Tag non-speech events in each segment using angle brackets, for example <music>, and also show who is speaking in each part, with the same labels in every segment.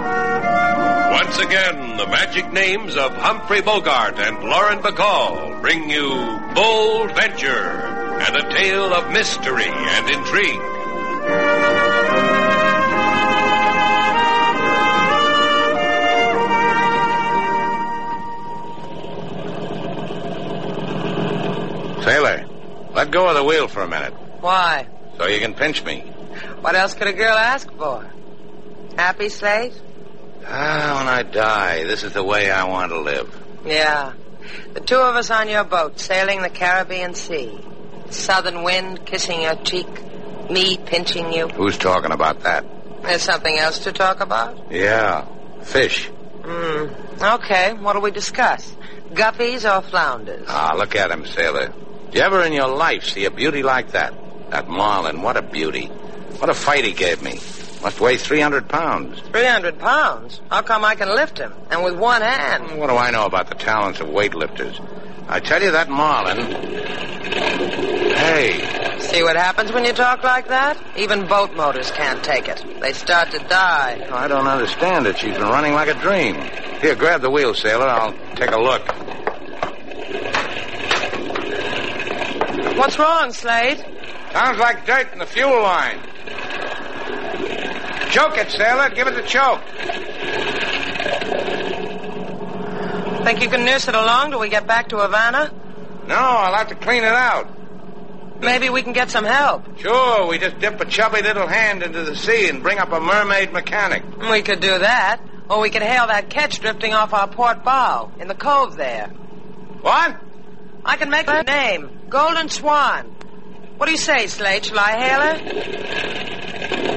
Speaker 1: Once again, the magic names of Humphrey Bogart and Lauren Bacall bring you Bold Venture and a tale of mystery and intrigue.
Speaker 2: Sailor, let go of the wheel for a minute
Speaker 3: Why?
Speaker 2: so you can pinch me.
Speaker 3: What else could a girl ask for? Happy slate?
Speaker 2: Ah, when I die, this is the way I want to live.
Speaker 3: Yeah. The two of us on your boat sailing the Caribbean Sea. Southern wind kissing your cheek, me pinching you.
Speaker 2: Who's talking about that?
Speaker 3: There's something else to talk about?
Speaker 2: Yeah, fish.
Speaker 3: Hmm. Okay, what'll we discuss? Guppies or flounders?
Speaker 2: Ah, look at him, Sailor. Did you ever in your life see a beauty like that? That marlin, what a beauty. What a fight he gave me. Must weigh 300 pounds.
Speaker 3: 300 pounds? How come I can lift him? And with one hand?
Speaker 2: What do I know about the talents of weightlifters? I tell you, that marlin. Hey,
Speaker 3: See what happens when you talk like that? Even boat motors can't take it. They start to die.
Speaker 2: I don't understand it. She's been running like a dream. Here, grab the wheel, Sailor. I'll take a look.
Speaker 3: What's wrong, Slade?
Speaker 2: Sounds like dirt in the fuel line. Choke it, sailor. Give it the choke.
Speaker 3: Think you can nurse it along till we get back to Havana?
Speaker 2: No, I'll have to clean it out.
Speaker 3: Maybe we can get some help.
Speaker 2: Sure, we just dip a chubby little hand into the sea and bring up a mermaid mechanic.
Speaker 3: We could do that, or we could hail that catch drifting off our port bow in the cove there.
Speaker 2: What?
Speaker 3: I can make her name Golden Swan. What do you say, Slade? Shall I hail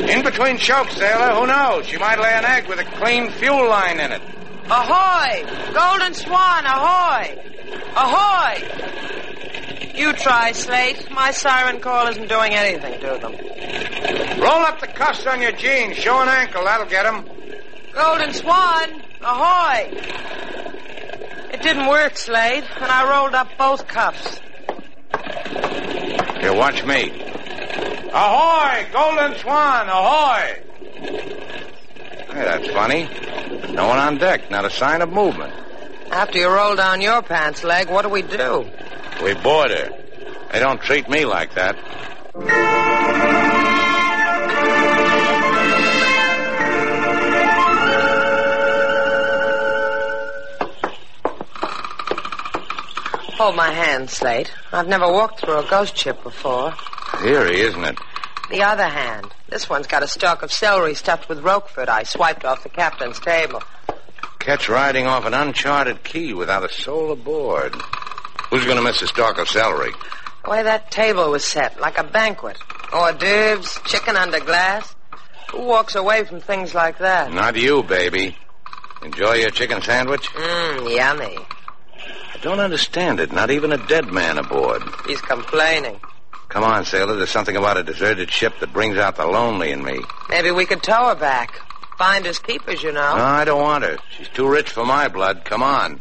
Speaker 3: her?
Speaker 2: In between chokes, sailor. Who knows? She might lay an egg with a clean fuel line in it.
Speaker 3: Ahoy! Golden Swan, ahoy! Ahoy! You try, Slate. My siren call isn't doing anything to them.
Speaker 2: Roll up the cuffs on your jeans. Show an ankle. That'll get 'em.
Speaker 3: Golden Swan, ahoy! It didn't work, Slade, and I rolled up both cuffs.
Speaker 2: Here, watch me. Ahoy, Golden Swan, ahoy! Hey, that's funny. No one on deck, not a sign of movement.
Speaker 3: After you roll down your pants leg, what do we do?
Speaker 2: We board her. They don't treat me like that.
Speaker 3: Hold my hand, Slate. I've never walked through a ghost ship before.
Speaker 2: Eerie, isn't it?
Speaker 3: The other hand. This one's got a stalk of celery stuffed with Roquefort I swiped off the captain's table.
Speaker 2: Catch riding off an uncharted key without a soul aboard. Who's going to miss a stalk of celery?
Speaker 3: The way that table was set, like a banquet. Hors d'oeuvres, chicken under glass. Who walks away from things like that?
Speaker 2: Not you, baby. Enjoy your chicken sandwich?
Speaker 3: Mmm, yummy.
Speaker 2: I don't understand it. Not even a dead man aboard.
Speaker 3: He's complaining.
Speaker 2: Come on, sailor. There's something about a deserted ship that brings out the lonely in me.
Speaker 3: Maybe we could tow her back. Finders keepers, you know.
Speaker 2: No, I don't want her. She's too rich for my blood. Come on.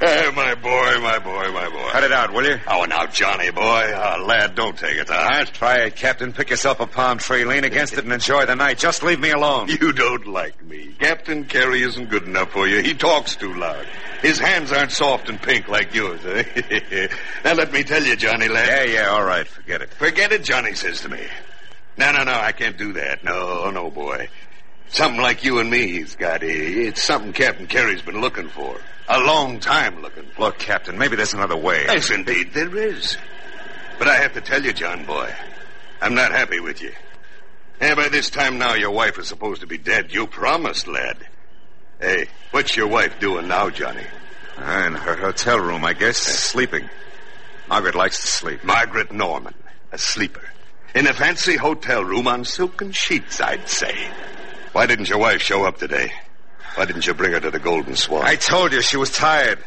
Speaker 4: Hey, my boy, my boy, my boy.
Speaker 5: Cut it out, will you?
Speaker 4: Oh, now, Johnny boy, uh, lad, don't take it to heart.
Speaker 5: That's try it, Captain. Pick yourself a palm tree, lean against it, and enjoy the night. Just leave me alone.
Speaker 4: You don't like me. Captain Carey isn't good enough for you. He talks too loud. His hands aren't soft and pink like yours. <laughs> eh? now, let me tell you, Johnny lad.
Speaker 5: Yeah, yeah, all right. Forget it.
Speaker 4: Forget it, Johnny says to me. No, no, no, I can't do that. No, no, boy. Something like you and me he's got here. It's something Captain Carey's been looking for. A long time looking for.
Speaker 5: Look, Captain, maybe there's another way.
Speaker 4: Yes, indeed, there is.
Speaker 5: But I have to tell you, John boy, I'm not happy with you. Hey, by this time now, your wife is supposed to be dead. You promised, lad. Hey, what's your wife doing now, Johnny?
Speaker 6: Ah, In her hotel room, I guess. Sleeping. Margaret likes to sleep.
Speaker 5: Margaret Norman, a sleeper. In a fancy hotel room on silken sheets, I'd say. Why didn't your wife show up today? Why didn't you bring her to the Golden Swan?
Speaker 6: I told you she was tired.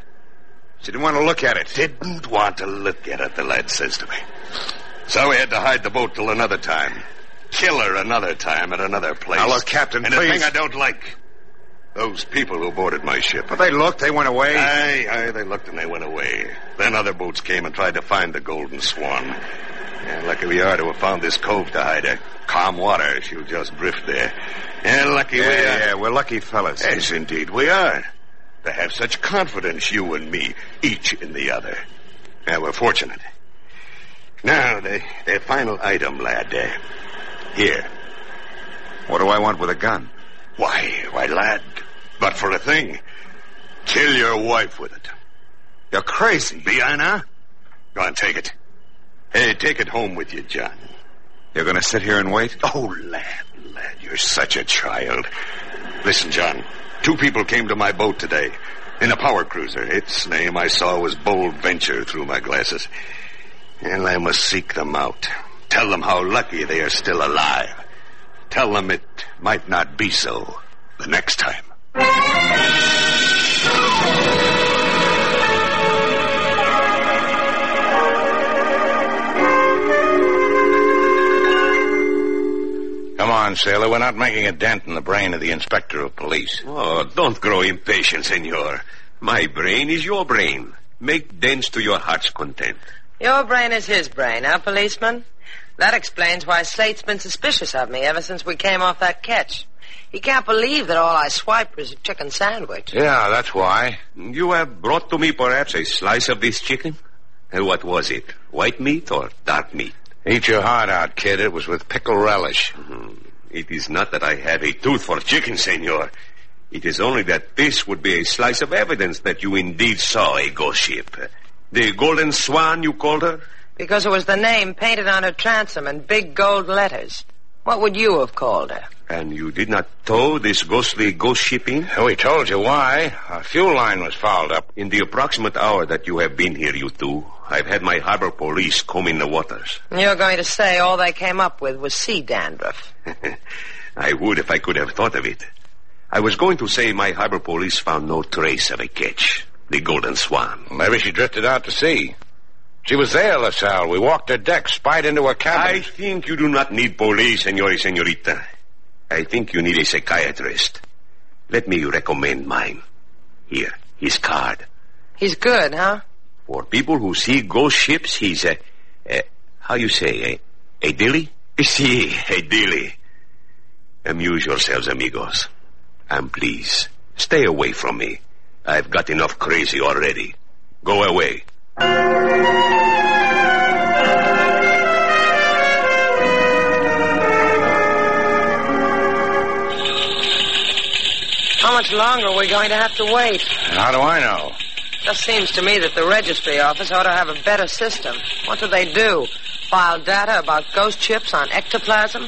Speaker 6: She didn't want to look at it.
Speaker 5: didn't want to look at it, the lad says to me. So we had to hide the boat till another time. Kill her another time at another place.
Speaker 6: Now, look, Captain,
Speaker 5: and
Speaker 6: please.
Speaker 5: the thing I don't like, those people who boarded my ship.
Speaker 6: But they looked. They went away.
Speaker 5: Aye, aye, they looked and they went away. Then other boats came and tried to find the Golden Swan. Yeah, lucky we are to have found this cove to hide her. Calm water, she'll just drift there. Yeah, lucky
Speaker 6: yeah,
Speaker 5: we are.
Speaker 6: yeah, we're lucky fellas.
Speaker 5: Yes, indeed we are. To have such confidence, you and me, each in the other. Now, we're fortunate. Now, the, the final item, lad. Uh, here.
Speaker 6: What do I want with a gun?
Speaker 5: Why, why, lad, but for a thing. Kill your wife with it.
Speaker 6: You're crazy.
Speaker 5: Be I now? Go on, take it. Hey, take it home with you, John.
Speaker 6: You're going to sit here and wait?
Speaker 5: Oh, lad, lad, you're such a child. Listen, John, two people came to my boat today in a power cruiser. Its name I saw was Bold Venture through my glasses. And I must seek them out. Tell them how lucky they are still alive. Tell them it might not be so the next time.
Speaker 2: Come on, sailor. We're not making a dent in the brain of the inspector of police.
Speaker 4: Oh, don't grow impatient, senor. My brain is your brain. Make dance to your heart's content.
Speaker 3: Your brain is his brain, huh, policeman? That explains why Slate's been suspicious of me ever since we came off that catch. He can't believe that all I swiped was a chicken sandwich.
Speaker 2: Yeah, that's why.
Speaker 4: You have brought to me perhaps a slice of this chicken? Uh, What was it? White meat or dark meat?
Speaker 2: Eat your heart out, kid. It was with pickle relish.
Speaker 4: Hmm. It is not that I have a tooth for chicken, senor. It is only that this would be a slice of evidence that you indeed saw a ghost ship. The golden swan, you called her?
Speaker 3: Because it was the name painted on her transom in big gold letters. What would you have called her?
Speaker 4: And you did not tow this ghostly ghost ship in?
Speaker 2: We told you why. Our fuel line was fouled up.
Speaker 4: In the approximate hour that you have been here, you two, I've had my harbor police combing the waters.
Speaker 3: You're going to say all they came up with was sea dandruff.
Speaker 4: <laughs> I would if I could have thought of it. I was going to say my harbor police found no trace of a catch. The Golden Swan.
Speaker 2: Maybe she drifted out to sea. She was there, LaSalle. We walked her deck, spied into her
Speaker 4: I
Speaker 2: cabin.
Speaker 4: think you do not need police, senor senorita. I think you need a psychiatrist. Let me recommend mine. Here, his card.
Speaker 3: He's good, huh?
Speaker 4: For people who see ghost ships, he's a, a how you say, eh, a, a <laughs> dilly? See, a dilly. eh, Amuse yourselves, amigos. And please, stay away from me. I've got enough crazy already. Go away.
Speaker 3: How much longer are we going to have to wait?
Speaker 2: How do I know?
Speaker 3: Just seems to me that the registry office ought to have a better system. What do they do? File data about ghost ships on ectoplasm?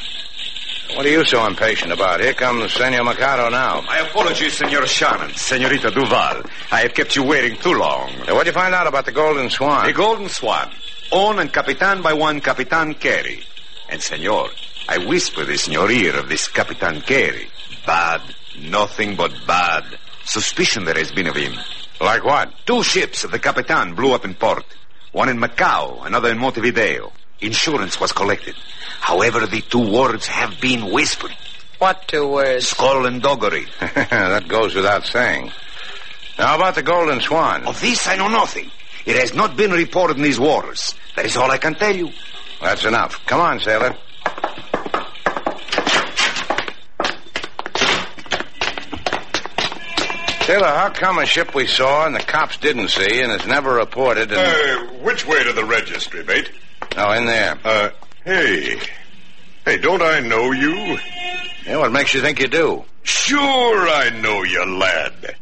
Speaker 2: What are you so impatient about? Here comes Senor Mikado now.
Speaker 6: My apologies, Senor Shannon, Senorita Duval. I have kept you waiting too long.
Speaker 2: Now, what'd you find out about the Golden Swan?
Speaker 6: The Golden Swan, owned and Capitan by one Capitan Carey. And, senor, I whisper this in your ear of this Capitan Carey. Bad, nothing but bad. Suspicion there has been of him. Like what? Two ships of the Capitan blew up in port. One in Macau, another in Montevideo. Insurance was collected. However, the two words have been whispered.
Speaker 3: What two words?
Speaker 6: Skull and
Speaker 4: <laughs>
Speaker 6: doggery.
Speaker 2: <laughs> that goes without saying. Now, about the Golden Swan.
Speaker 6: Of this I know nothing. It has not been reported in these waters. That is all I can tell you.
Speaker 2: That's enough. Come on, sailor. Sailor, how come a ship we saw and the cops didn't see and it's never reported and...
Speaker 5: Uh, which way to the registry, mate?
Speaker 2: Oh, in there.
Speaker 5: Uh, hey. Hey, don't I know you?
Speaker 2: Yeah, what makes you think you do?
Speaker 5: Sure, I know you, lad.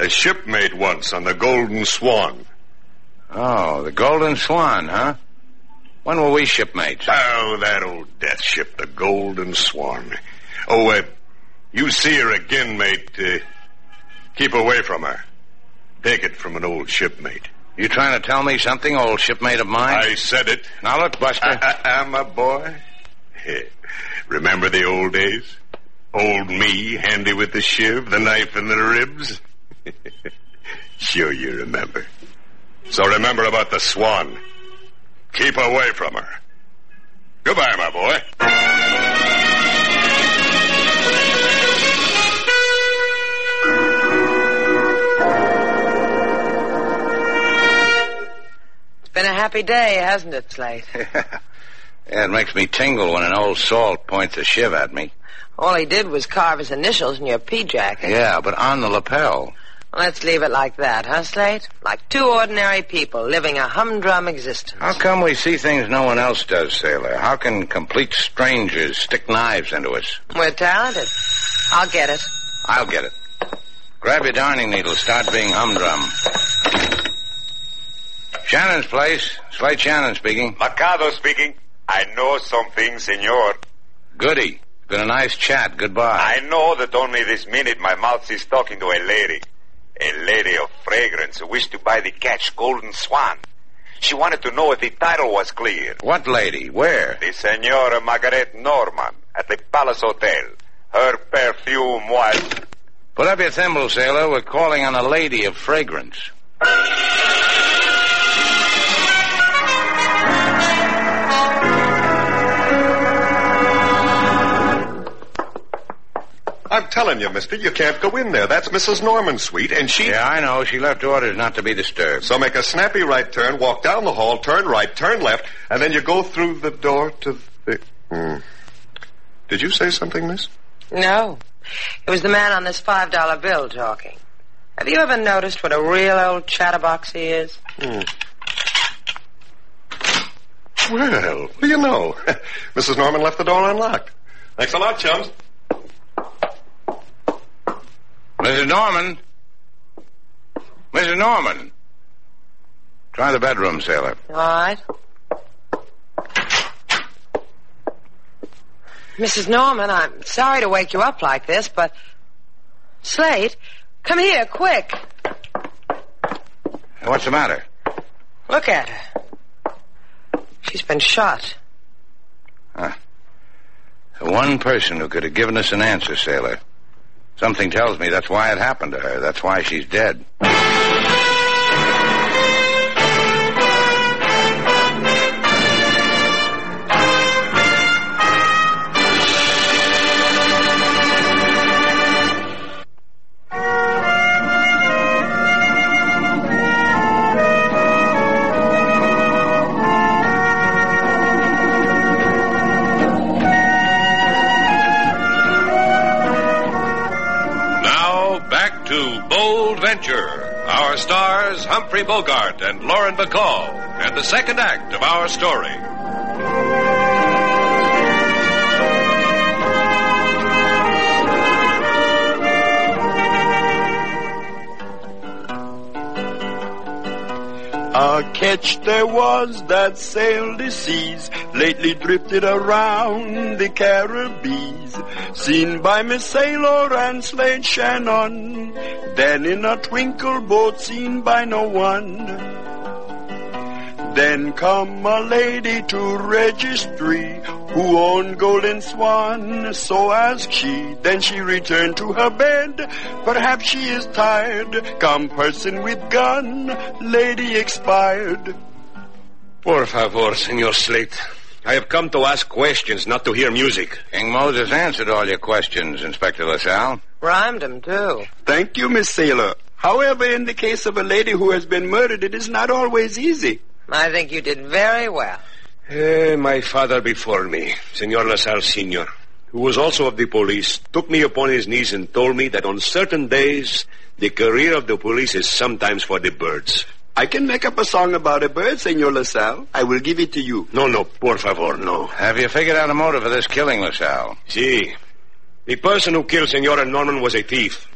Speaker 5: A shipmate once on the Golden Swan.
Speaker 2: Oh, the Golden Swan, huh? When were we shipmates?
Speaker 4: Oh, that old death ship, the Golden Swan. Oh, uh, you see her again, mate. Uh, keep away from her. Take it from an old shipmate.
Speaker 2: You trying to tell me something, old shipmate of mine?
Speaker 4: I said it.
Speaker 2: Now look, Buster.
Speaker 4: I, I, am a boy. Remember the old days? Old me, handy with the shiv, the knife, and the ribs? <laughs> sure you remember. So remember about the swan. Keep away from her. Goodbye, my boy.
Speaker 3: It's been a happy day, hasn't it, <laughs> Slate?
Speaker 2: Yeah, it makes me tingle when an old salt points a shiv at me.
Speaker 3: All he did was carve his initials in your pea jacket.
Speaker 2: Yeah, but on the lapel.
Speaker 3: Let's leave it like that, huh, Slate? Like two ordinary people living a humdrum existence.
Speaker 2: How come we see things no one else does, Sailor? How can complete strangers stick knives into us?
Speaker 3: We're talented. I'll get it.
Speaker 2: I'll get it. Grab your darning needle. Start being humdrum. Shannon's place. Slate Shannon speaking.
Speaker 7: Mercado speaking. I know something, senor.
Speaker 2: Goody. Been a nice chat. Goodbye.
Speaker 7: I know that only this minute my mouth is talking to a lady. A lady of fragrance who wished to buy the catch Golden Swan. She wanted to know if the title was clear.
Speaker 2: What lady? Where?
Speaker 7: The Senora Margaret Norman at the Palace Hotel. Her perfume was...
Speaker 2: Put up your thimble, sailor. We're calling on a lady of fragrance.
Speaker 4: I'm telling you, mister, you can't go in there. That's Mrs. Norman's suite, and she.
Speaker 2: Yeah, I know. She left orders not to be disturbed.
Speaker 4: So make a snappy right turn, walk down the hall, turn right, turn left, and then you go through the door to the. Hmm. Did you say something, miss?
Speaker 3: No. It was the man on this $5 bill talking. Have you ever noticed what a real old chatterbox he is?
Speaker 4: Well, what do you know? Mrs. Norman left the door unlocked. Thanks a lot, chums.
Speaker 2: Mrs. Norman? Mrs. Norman? Try the bedroom, sailor.
Speaker 3: All right. Mrs. Norman, I'm sorry to wake you up like this, but. Slate, come here, quick.
Speaker 2: What's the matter?
Speaker 3: Look at her. She's been shot.
Speaker 2: The one person who could have given us an answer, sailor. Something tells me that's why it happened to her. That's why she's dead.
Speaker 1: Now, back to Bold Venture. Our stars, Humphrey Bogart and Lauren Bacall, and the second act of our story.
Speaker 8: A catch there was that sailed the seas, lately drifted around the Caribbees, seen by Miss Sailor and Slade Shannon, then in a twinkle boat seen by no one. Then come a lady to registry who owned Golden Swan, so asked she. Then she returned to her bed. Perhaps she is tired. Come person with gun, lady expired.
Speaker 9: Por favor, Senor Slate. I have come to ask questions, not to hear music.
Speaker 2: King Moses answered all your questions, Inspector LaSalle.
Speaker 3: Rhymed him, too.
Speaker 8: Thank you, Miss Sailor. However, in the case of a lady who has been murdered, it is not always easy.
Speaker 3: I think you did very well.
Speaker 9: Eh, my father before me, Senor LaSalle Sr., who was also of the police, took me upon his knees and told me that on certain days the career of the police is sometimes for the birds.
Speaker 8: I can make up a song about a bird, Senor LaSalle. I will give it to you.
Speaker 9: No, no, por favor, no.
Speaker 2: Have you figured out a motive for this killing, LaSalle?
Speaker 9: See, the person who killed Senora Norman was a thief.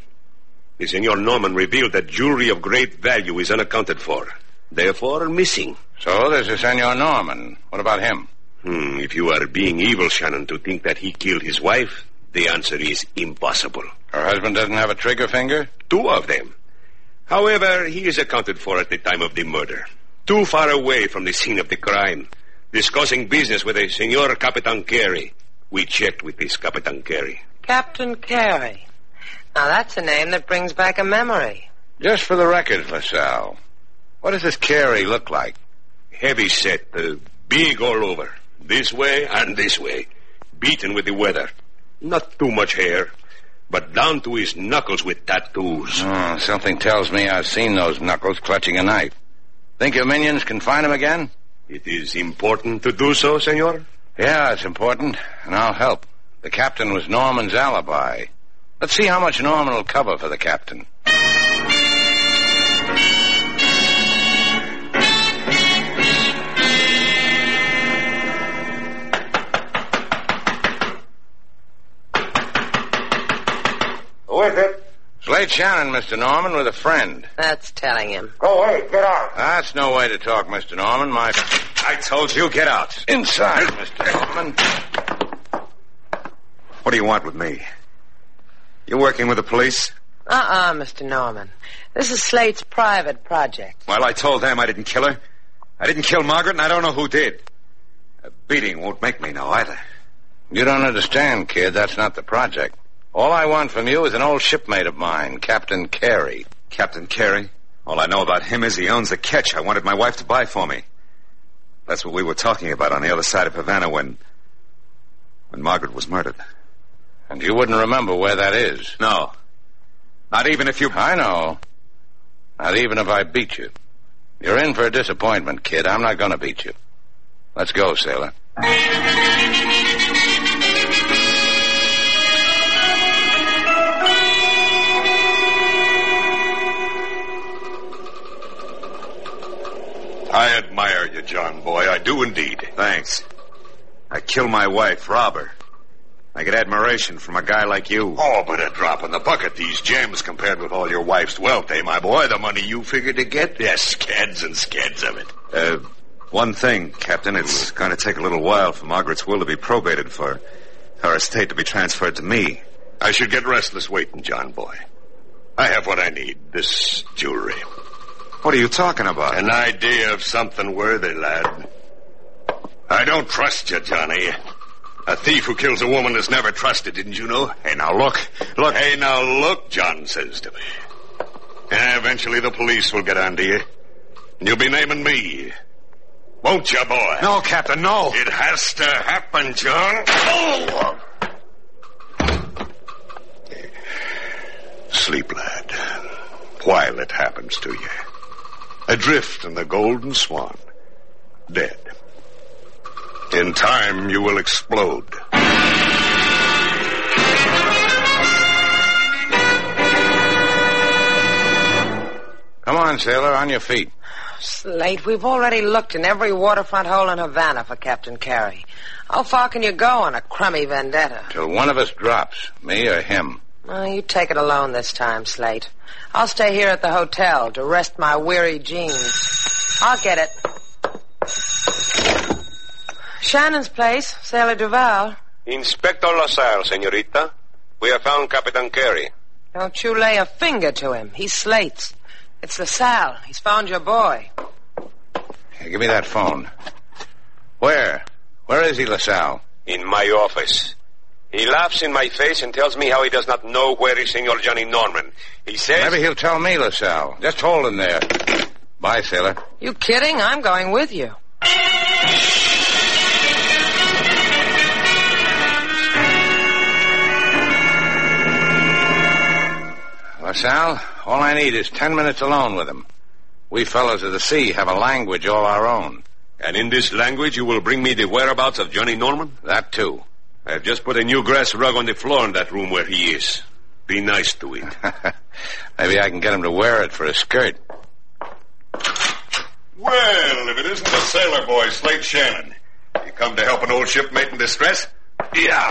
Speaker 9: The Senor Norman revealed that jewelry of great value is unaccounted for.
Speaker 4: therefore missing.
Speaker 2: So there's a Senor Norman. What about him?
Speaker 4: Hmm, if you are being evil, Shannon, to think that he killed his wife, the answer is impossible.
Speaker 2: Her husband doesn't have a trigger finger?
Speaker 4: Two of them. However, he is accounted for at the time of the murder. Too far away from the scene of the crime. Discussing business with a Senor Capitan Carey. We checked with this Capitan Carey.
Speaker 3: Captain Carey. Now that's a name that brings back a memory.
Speaker 2: Just for the record, LaSalle, what does this Carey look like?
Speaker 4: Heavy set, uh, big all over. This way and this way. Beaten with the weather. Not too much hair, but down to his knuckles with tattoos.
Speaker 2: Oh, something tells me I've seen those knuckles clutching a knife. Think your minions can find him again?
Speaker 4: It is important to do so, senor?
Speaker 2: Yeah, it's important, and I'll help. The captain was Norman's alibi. Let's see how much Norman will cover for the captain.
Speaker 10: Who is it?
Speaker 2: Slate Shannon, Mr. Norman, with a friend.
Speaker 3: That's telling him.
Speaker 10: Go away. Get out.
Speaker 2: That's no way to talk, Mr. Norman. My.
Speaker 4: I told you, get out.
Speaker 2: Inside, Mr. Norman.
Speaker 5: What do you want with me? You're working with the police?
Speaker 3: Uh-uh, Mr. Norman. This is Slate's private project.
Speaker 5: Well, I told them I didn't kill her. I didn't kill Margaret, and I don't know who did. A beating won't make me know either.
Speaker 2: You don't understand, kid. That's not the project. All I want from you is an old shipmate of mine, Captain Carey.
Speaker 5: Captain Carey. All I know about him is he owns the catch I wanted my wife to buy for me. That's what we were talking about on the other side of Havana when. when Margaret was murdered.
Speaker 2: And you wouldn't remember where that is.
Speaker 5: No. Not even if you.
Speaker 2: I know. Not even if I beat you. You're in for a disappointment, kid. I'm not going to beat you. Let's go, sailor.
Speaker 7: I admire you, John boy. I do indeed.
Speaker 5: Thanks. I killed my wife, rob her. I get admiration from a guy like you.
Speaker 7: Oh, but a drop in the bucket, these gems compared with all your wife's wealth, eh, my boy? The money you figure to get? There's scads and scads of it.
Speaker 5: Uh, one thing, Captain. It's going to take a little while for Margaret's will to be probated for her estate to be transferred to me.
Speaker 7: I should get restless waiting, John boy. I have what I need, this jewelry.
Speaker 5: What are you talking about?
Speaker 7: An idea of something worthy, lad. I don't trust you, Johnny. A thief who kills a woman is never trusted, didn't you know?
Speaker 5: Hey, now look. Look.
Speaker 7: Hey, now look, John says to me. And eventually the police will get onto you. And you'll be naming me. Won't you, boy?
Speaker 5: No, Captain, no.
Speaker 7: It has to happen, John. Oh! Sleep, lad, while it happens to you. Adrift in the Golden Swan. Dead. In time, you will explode.
Speaker 2: Come on, sailor, on your feet.
Speaker 3: Slate, we've already looked in every waterfront hole in Havana for Captain Carey. How far can you go on a crummy vendetta?
Speaker 2: Till one of us drops, me or him.
Speaker 3: Oh, you take it alone this time, Slate. I'll stay here at the hotel to rest my weary jeans. I'll get it. Shannon's place, Sailor Duval.
Speaker 11: Inspector LaSalle, senorita. We have found Capitan Carey.
Speaker 3: Don't you lay a finger to him. He's Slate's. It's LaSalle. He's found your boy.
Speaker 2: Hey, give me that phone. Where? Where is he, LaSalle?
Speaker 11: In my office. He laughs in my face and tells me how he does not know where is Senor Johnny Norman. He says...
Speaker 2: Maybe he'll tell me, LaSalle. Just hold him there. Bye, sailor.
Speaker 3: You kidding? I'm going with you.
Speaker 2: LaSalle, all I need is ten minutes alone with him. We fellows of the sea have a language all our own.
Speaker 11: And in this language you will bring me the whereabouts of Johnny Norman?
Speaker 2: That, too. <laughs>
Speaker 11: I have just put a new grass rug on the floor in that room where he is. Be nice to it.
Speaker 2: Maybe I can get him to wear it for a skirt.
Speaker 7: Well, if it isn't the sailor boy, Slate Shannon. You come to help an old shipmate in distress? Yeah.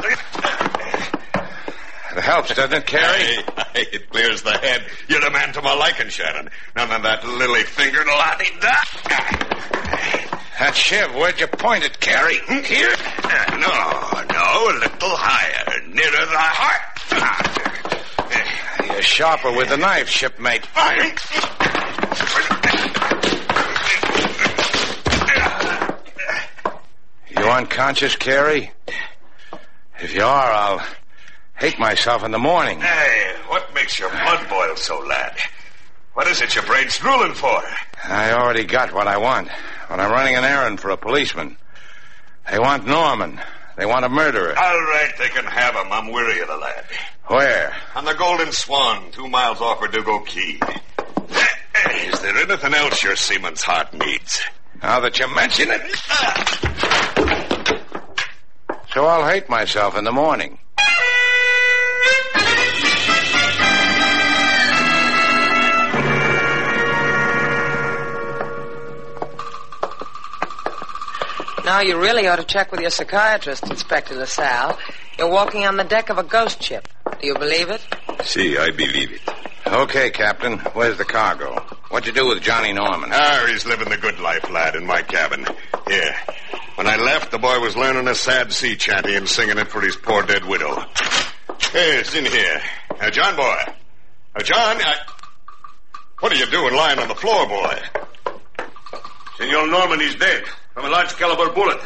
Speaker 2: It helps, doesn't it, Carrie?
Speaker 4: <laughs> Hey, hey, it clears the head. You're the man to my liking, Shannon. None of that lily-fingered lottie da.
Speaker 2: That shiv, where'd you point it, Carrie?
Speaker 4: Hmm, Here? Uh, No, no, a little higher, nearer the heart. Eh,
Speaker 2: Ah, You're sharper with the knife, shipmate.
Speaker 4: Fine.
Speaker 2: You unconscious, Carrie? If you are, I'll hate myself in the morning.
Speaker 4: Hey, what makes your blood boil so, lad? What is it your brain's drooling for?
Speaker 2: I already got what I want, but I'm running an errand for a policeman. They want Norman. They want a murderer.
Speaker 4: All right, they can have him. I'm weary of the lad.
Speaker 2: Where?
Speaker 4: On the Golden Swan, two miles off Verdugo Key. Is there anything else your seaman's heart needs?
Speaker 2: Now that you mention it. So I'll hate myself in the morning.
Speaker 3: Now you really ought to check with your psychiatrist, Inspector LaSalle. You're walking on the deck of a ghost ship. Do you believe it?
Speaker 4: See, I believe it.
Speaker 2: Okay, Captain. Where's the cargo? What'd you do with Johnny Norman?
Speaker 4: Ah, he's living the good life, lad, in my cabin. Here. When I left, the boy was learning a sad sea chanty and singing it for his poor dead widow. Hey, it's in here. Now, John, boy. Now, John, I... What are you doing lying on the floor, boy?
Speaker 9: Senor Norman is dead from a large caliber bullet.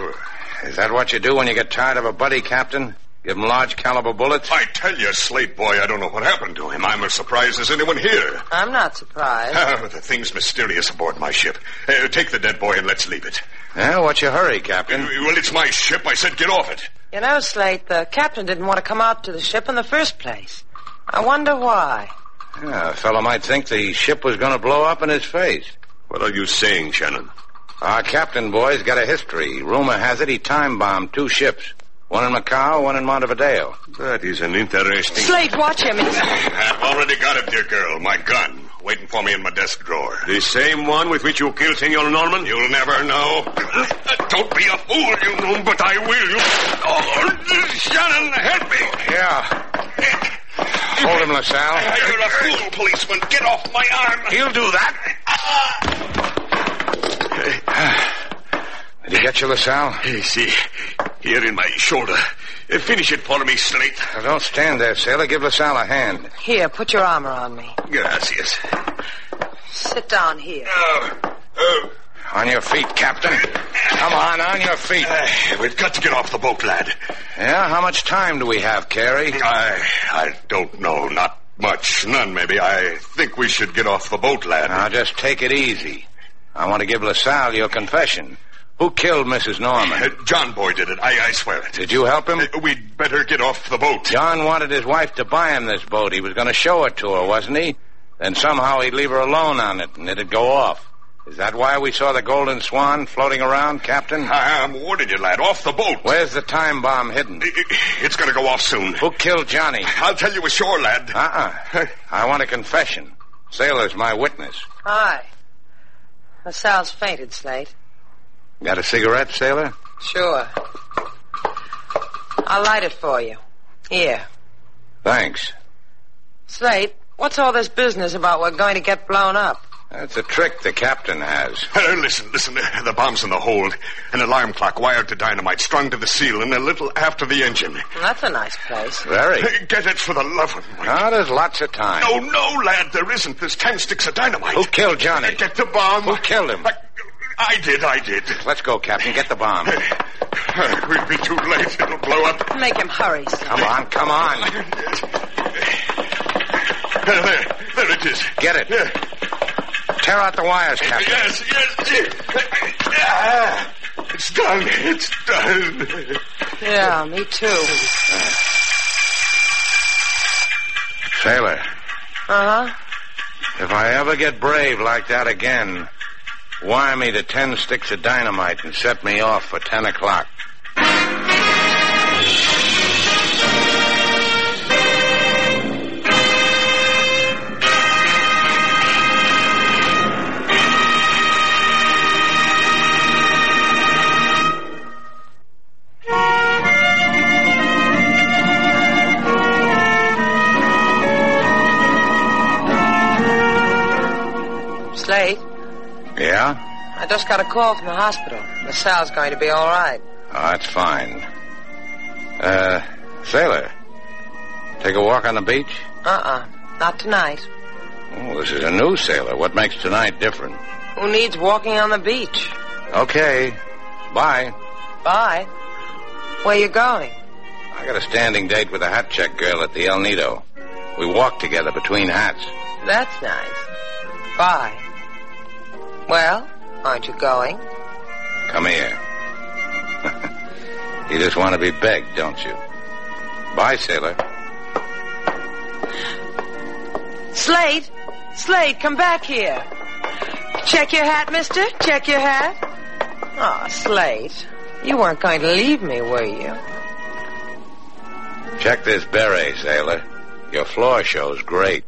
Speaker 2: Is that what you do when you get tired of a buddy, Captain? Give him large caliber bullets?
Speaker 4: I tell you, Slate boy, I don't know what happened to him. I'm as surprised as anyone here.
Speaker 3: I'm not surprised.
Speaker 4: Ah, but the thing's mysterious aboard my ship. Uh, take the dead boy and let's leave it.
Speaker 2: Well, what's your hurry,
Speaker 4: Uh,
Speaker 2: Captain?
Speaker 4: Well, it's my ship. I said get off it.
Speaker 3: You know, Slate, the captain didn't want to come out to the ship in the first place. I wonder why.
Speaker 2: Yeah, a fellow might think the ship was going to blow up in his face.
Speaker 9: What are you saying, Shannon?
Speaker 2: Our captain, boys, got a history. Rumor has it he time bombed two ships. One in Macau, one in Montevideo.
Speaker 9: That is an interesting.
Speaker 3: Slate, watch him.
Speaker 4: <laughs>
Speaker 3: It's-
Speaker 4: I've already got it, dear girl. My gun. Waiting for me in my desk drawer.
Speaker 9: The same one with which you killed Senor Norman?
Speaker 4: You'll never know. Uh, Don't be a fool, you know, but I will. Oh, Shannon, help me. Uh,
Speaker 2: Yeah. Hold him, LaSalle.
Speaker 4: You're a fool, policeman. Get off my arm.
Speaker 2: He'll do that. Did he get you, LaSalle?
Speaker 4: see, here in my shoulder. Uh, Finish it for me, Slate.
Speaker 2: Now, don't stand there, sailor. Give LaSalle a hand.
Speaker 3: Here, put your armor on me.
Speaker 4: Gracias.
Speaker 3: Sit down here.
Speaker 2: On your feet, Captain. Come on, on your feet.
Speaker 4: we've got to get off the boat, lad.
Speaker 2: Yeah, how much time do we have, Carey?
Speaker 4: I, I don't know. Not much. None, maybe. I think we should get off the boat, lad.
Speaker 2: Now, just take it easy. I want to give LaSalle your confession. Who killed Mrs.
Speaker 4: Uh,
Speaker 2: Norman?
Speaker 4: John Boy did it. I, I swear it.
Speaker 2: Did you help him?
Speaker 4: Uh, We'd better get off the boat.
Speaker 2: John wanted his wife to buy him this boat. He was going to show it to her, wasn't he? Then somehow he'd leave her alone on it, and it'd go off. Is that why we saw the Golden Swan floating around, Captain?
Speaker 4: I, I'm warning you, lad. Off the boat.
Speaker 2: Where's the time bomb hidden?
Speaker 4: I- I- It's going to go off soon.
Speaker 2: Who killed Johnny?
Speaker 4: I'll tell you ashore, lad. <laughs> Uh,
Speaker 2: Uh-uh. I want a confession. Sailor's my witness.
Speaker 3: Hi. LaSalle's fainted, Slate.
Speaker 2: Got a cigarette, Sailor?
Speaker 3: Sure. I'll light it for you. Here.
Speaker 2: Thanks.
Speaker 3: Slate, what's all this business about we're going to get blown up?
Speaker 2: That's a trick the captain has.
Speaker 4: Uh, listen, listen. uh, The bomb's in the hold. An alarm clock wired to dynamite, strung to the seal, and a little after the engine.
Speaker 3: That's a nice place.
Speaker 2: Very.
Speaker 4: Uh, Get it for the love of me.
Speaker 2: Now, there's lots of time.
Speaker 4: No, no, lad, there isn't. There's ten sticks of dynamite.
Speaker 2: Who killed Johnny?
Speaker 4: Get the bomb.
Speaker 2: Who killed him?
Speaker 4: I, I did, I did. <sighs>
Speaker 2: Let's go, Captain. Get the bomb.
Speaker 4: We'd be too late. It'll blow up.
Speaker 3: Make him hurry, Slate.
Speaker 2: Come on, come on.
Speaker 4: There, there, there it is.
Speaker 2: Get it.
Speaker 4: Yeah.
Speaker 2: Tear out the wires, Captain.
Speaker 4: Yes, yes. Ah, It's done. It's done.
Speaker 3: Yeah, me too.
Speaker 2: Sailor,
Speaker 3: Uh-huh.
Speaker 2: if I ever get brave like that again, wire me to ten sticks of dynamite and set me off for ten o'clock. Yeah?
Speaker 3: I just got a call from the hospital. LaSalle's going to be all right.
Speaker 2: Oh, that's fine. Uh, sailor, take a walk on the beach?
Speaker 3: Uh-uh. Not tonight.
Speaker 2: Oh, this is a new sailor. What makes tonight different?
Speaker 3: Who needs walking on the beach?
Speaker 2: Okay. Bye.
Speaker 3: Bye. Where you going?
Speaker 2: I got a standing date with a hat check girl at the El Nido. We walk together between hats.
Speaker 3: That's nice. Bye. Well, aren't you going?
Speaker 2: Come here. <laughs> you just want to be begged, don't you? Bye, sailor.
Speaker 3: Slade! Slade, come back here. Check your hat, mister. Check your hat. Oh, Slade. You weren't going to leave me, were you?
Speaker 2: Check this beret, sailor. Your floor show's great.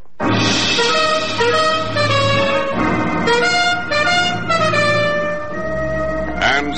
Speaker 4: And